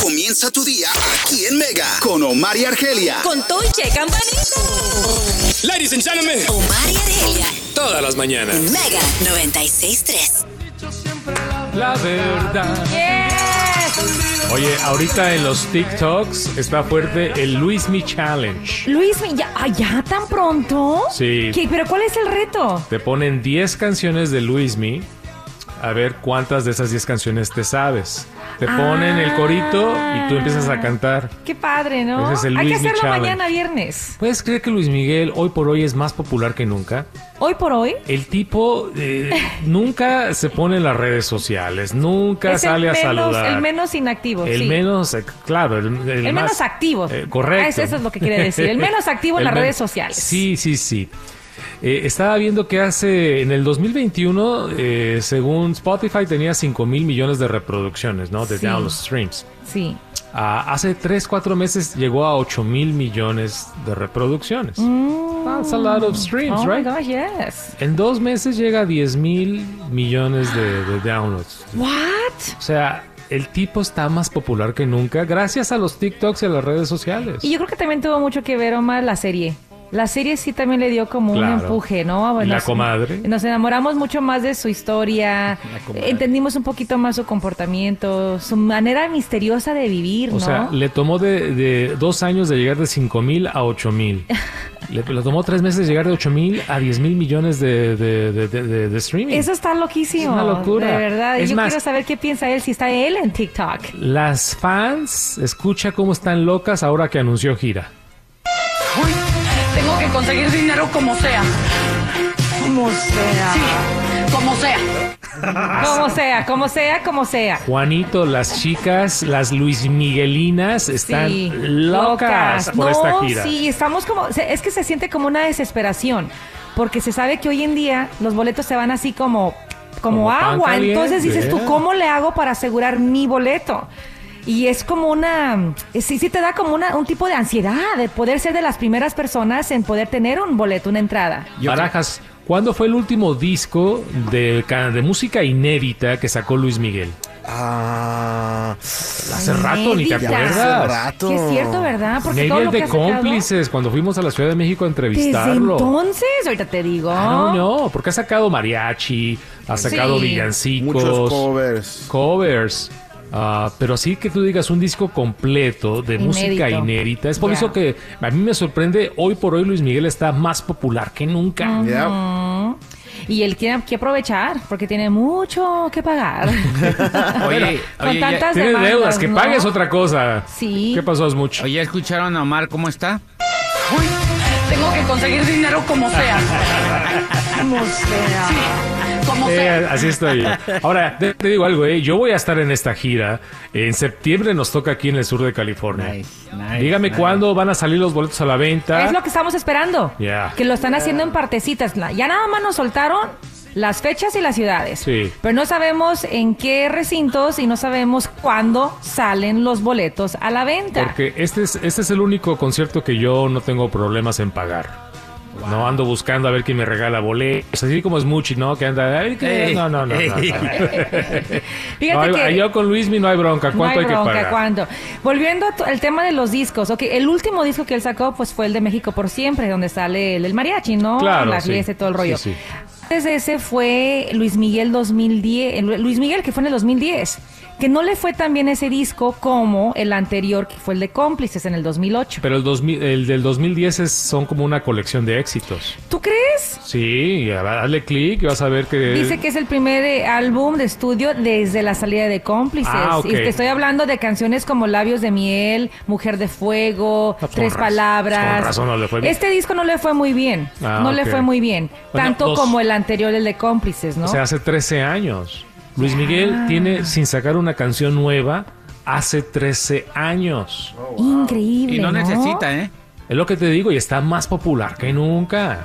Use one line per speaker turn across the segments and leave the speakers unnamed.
comienza tu día aquí en Mega con Omar y Argelia.
Con todo y che campanito.
Ladies and gentlemen,
Omar y Argelia.
Todas las mañanas.
Mega 96.3.
La verdad.
Yes.
Oye, ahorita en los TikToks está fuerte el Luis Mi Challenge.
Luis, ¿ya, ah, ya tan pronto?
Sí.
¿Qué- ¿Pero cuál es el reto?
Te ponen 10 canciones de Luis Mi. A ver cuántas de esas 10 canciones te sabes. Te ponen el corito y tú empiezas a cantar.
Qué padre, ¿no?
Ese es el
Hay que
Luis Mi
hacerlo
Challenge.
mañana viernes.
¿Puedes creer que Luis Miguel hoy por hoy es más popular que nunca?
Hoy por hoy.
El tipo eh, nunca se pone en las redes sociales, nunca
es
sale
el
a
menos,
saludar.
El menos inactivo,
El
sí.
menos, eh, claro, el, el
El
más-
menos activo.
eh, correcto.
Ah, es- eso es lo que quiere decir. El menos activo en las
men-
redes sociales.
Sí, sí, sí. Eh, estaba viendo que hace, en el 2021, eh, según Spotify, tenía 5 mil millones de reproducciones, ¿no? De
Sí.
downloads streams.
Sí.
Ah, hace 3, 4 meses llegó a 8 mil millones de reproducciones. That's a lot of streams,
Mm. Oh my
right?
gosh, yes.
En dos meses llega a 10 mil millones de, de downloads.
What?
O sea, el tipo está más popular que nunca gracias a los TikToks y a las redes sociales.
Y yo creo que también tuvo mucho que ver, Omar, la serie. La serie sí también le dio como
Claro.
un empuje, ¿no?
Y la
Nos-
comadre.
Nos enamoramos mucho más de su historia,
La comadre.
entendimos un poquito más su comportamiento, su manera misteriosa de vivir,
O
¿no?
sea, le tomó de, de dos años de llegar de 5 mil a 8 mil. le, le tomó tres meses llegar de 8 mil a 10 mil millones de, de- de- de- de- de streaming.
Eso está loquísimo.
Es una locura.
De verdad.
Es
yo
más-
quiero saber qué piensa él, si está él en TikTok.
Las fans, escucha cómo están locas ahora que anunció gira.
Tengo que conseguir dinero como sea. Como sea. Sí, como sea.
Ah,
Como sea, como sea, como sea.
Juanito, las chicas, las Luis Miguelinas están
Sí,
locas, por
No,
esta gira.
Sí, estamos como, se- es que se siente como una desesperación, porque se sabe que hoy en día los boletos se van así como, como,
Como pan
agua.
caliente.
Entonces dices tú, ¿cómo le hago para asegurar mi boleto? Y es como una, eh, sí, sí te da como una, un tipo de ansiedad de poder ser de las primeras personas en poder tener un boleto, una entrada.
Barajas, ¿cuándo fue el último disco de, ca- de música inédita que sacó Luis Miguel?
Ah,
Hace rato, ni te
Inédita.
hace
acuerdas.
rato.
Que es cierto, ¿verdad?
Navy
todo
el
lo que
de
ha sacado-
cómplices, cuando fuimos a la Ciudad de México a
Desde
entrevistarlo. Ah,
entonces, ahorita te digo.
No, no, porque ha sacado mariachi, ha sacado
Sí.
villancicos,
Muchos covers.
covers. Ah, pero así que tú digas un disco completo de
Inédito.
música inédita. Es por
Ya.
eso que a mí me sorprende, hoy por hoy Luis Miguel está más popular que nunca.
Ah,
Ya.
Y él tiene que aprovechar porque tiene mucho que pagar.
Oye,
Con
oye, ya,
tantas
Tienes
demandas,
deudas, que
¿no?
pagues otra cosa.
Sí.
¿Qué pasó, mucho?
oye, ¿ya ¿escucharon a Omar cómo está?
Tengo que conseguir dinero como sea. Como sea. Sí, como
Eh,
sea.
así estoy. yo. Ahora, te, te digo algo, eh, yo voy a estar en esta gira. En septiembre nos toca aquí en el sur de California.
Nice, nice,
Dígame
nice.
cuándo van a salir los boletos a la venta.
Es lo que estamos esperando.
¿ah? Ya.
Que lo están haciendo en partecitas. La- Ya nada más nos soltaron las fechas y las ciudades.
Sí.
Pero no sabemos en qué recintos y no sabemos cuándo salen los boletos a la venta.
Porque este es, este es el único concierto que yo no tengo problemas en pagar. No ando buscando a ver quién me regala boletos. Así como es Muchi, ¿no? Que anda. "Ay, que-
Ey.
no, no, no. no, no".
Ey.
No,
Fíjate
hay-
que
Yo con Luismi no hay bronca.
No
¿Cuánto
hay
hay,
bronca,
que pagar?
¿cuánto? Volviendo a tu- al tema de los discos, ok, el último disco que él sacó pues fue el de México por siempre, donde sale el, el mariachi, ¿no?
Claro,
La
sí.
fiesta y todo el rollo.
Sí, sí.
Antes de ese fue Luis Miguel 2010, el- Luis Miguel que fue en el 2010, que no le fue tan bien ese disco como el anterior que fue el de Cómplices en el 2008.
Pero el, 2000 el del 2010 es- son como una colección de éxitos.
¿Tú crees?
Sí, ya va- dale clic y vas a ver que.
Dice que es el primer eh, álbum de estudio desde la salida de Cómplices.
Ah, ok.
Y te estoy hablando de canciones como Labios de Miel, Mujer de Fuego,
Ah, con
Tres
raz-
Palabras.
con razón no le fue bien.
Este disco no le fue muy bien.
Ah,
no
ok.
le fue muy bien.
Bueno,
tanto
dos.
como el anterior, el de Cómplices, ¿no? Ah.
O sea, hace 13 años. Luis Miguel tiene, sin sacar una canción nueva, hace 13 años.
Increíble.
Y no
¿no?
necesita, ¿eh?
Es lo que te digo, y está más popular que nunca.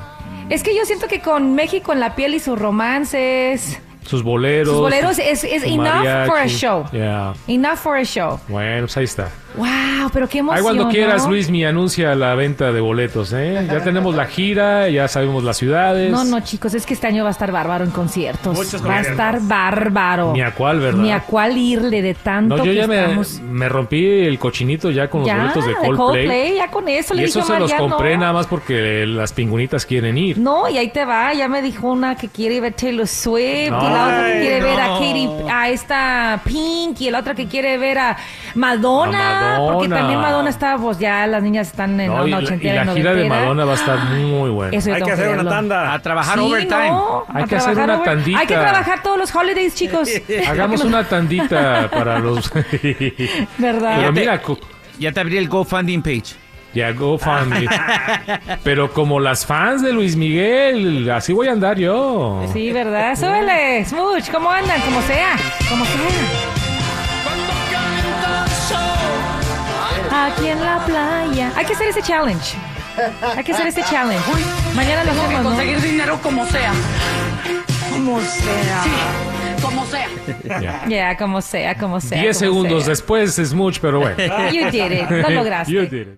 Es que yo siento que con México en la piel y sus romances.
Sus boleros.
Sus boleros es- es
su
enough for a show.
Yeah.
Enough for a show.
Bueno, pues ahí está.
¡Wow! Pero qué emoción.
Ahí cuando
¿no?
quieras, Luis, mi anuncia la venta de boletos, ¿eh? Ya tenemos la gira, ya sabemos las ciudades.
No, no, chicos, es que este año va a estar bárbaro en conciertos.
Muchos
va a
conciertos.
estar bárbaro.
Ni a cuál, ¿verdad?
Ni a cuál irle de tanto
No, yo
que
ya me,
estamos.
me rompí el cochinito ya con los
ya,
boletos de Coldplay.
ya con eso
y
le dije
eso
a
se los
Mariano.
compré nada más porque las pingunitas quieren ir.
No, y ahí te va, ya me dijo una que quiere ver Taylor Swift, y la otra que
Ay,
quiere ver a
no.
Katy, a esta Pink, y la otra que quiere ver a Madonna,
A
porque
Madonna.
también Madonna está, pues ya las niñas están en
No, y,
una
la, y
ochentera, ¿eh?
la gira de
noventera.
Madonna va a estar muy buena.
Eso yo
Hay
tengo
que hacer una
verlo.
tanda.
A trabajar
Sí,
overtime.
no,
Hay
a
que hacer
trabajar
una tandita.
Hay que trabajar todos los holidays, chicos.
Hagamos una tandita para los... Pero
¿Verdad?
mira, co-
Ya te abrí el GoFunding page.
ya GoFundMe. Pero como las fans de Luis Miguel, así voy a andar yo.
Sí, ¿verdad? Súbele, Smooch, ¿cómo andan? Como sea, como sea. Aquí en la playa. Hay que hacer ese challenge. Hay que hacer ese challenge. Mañana lo
Tengo que
hacemos, ¿no?
conseguir dinero como sea. Como sea. Sí, como sea.
Ya.
Ya, como sea, como sea.
Diez
como
segundos
sea.
después es mucho, pero bueno.
You did it. Lo lograste.
You did it.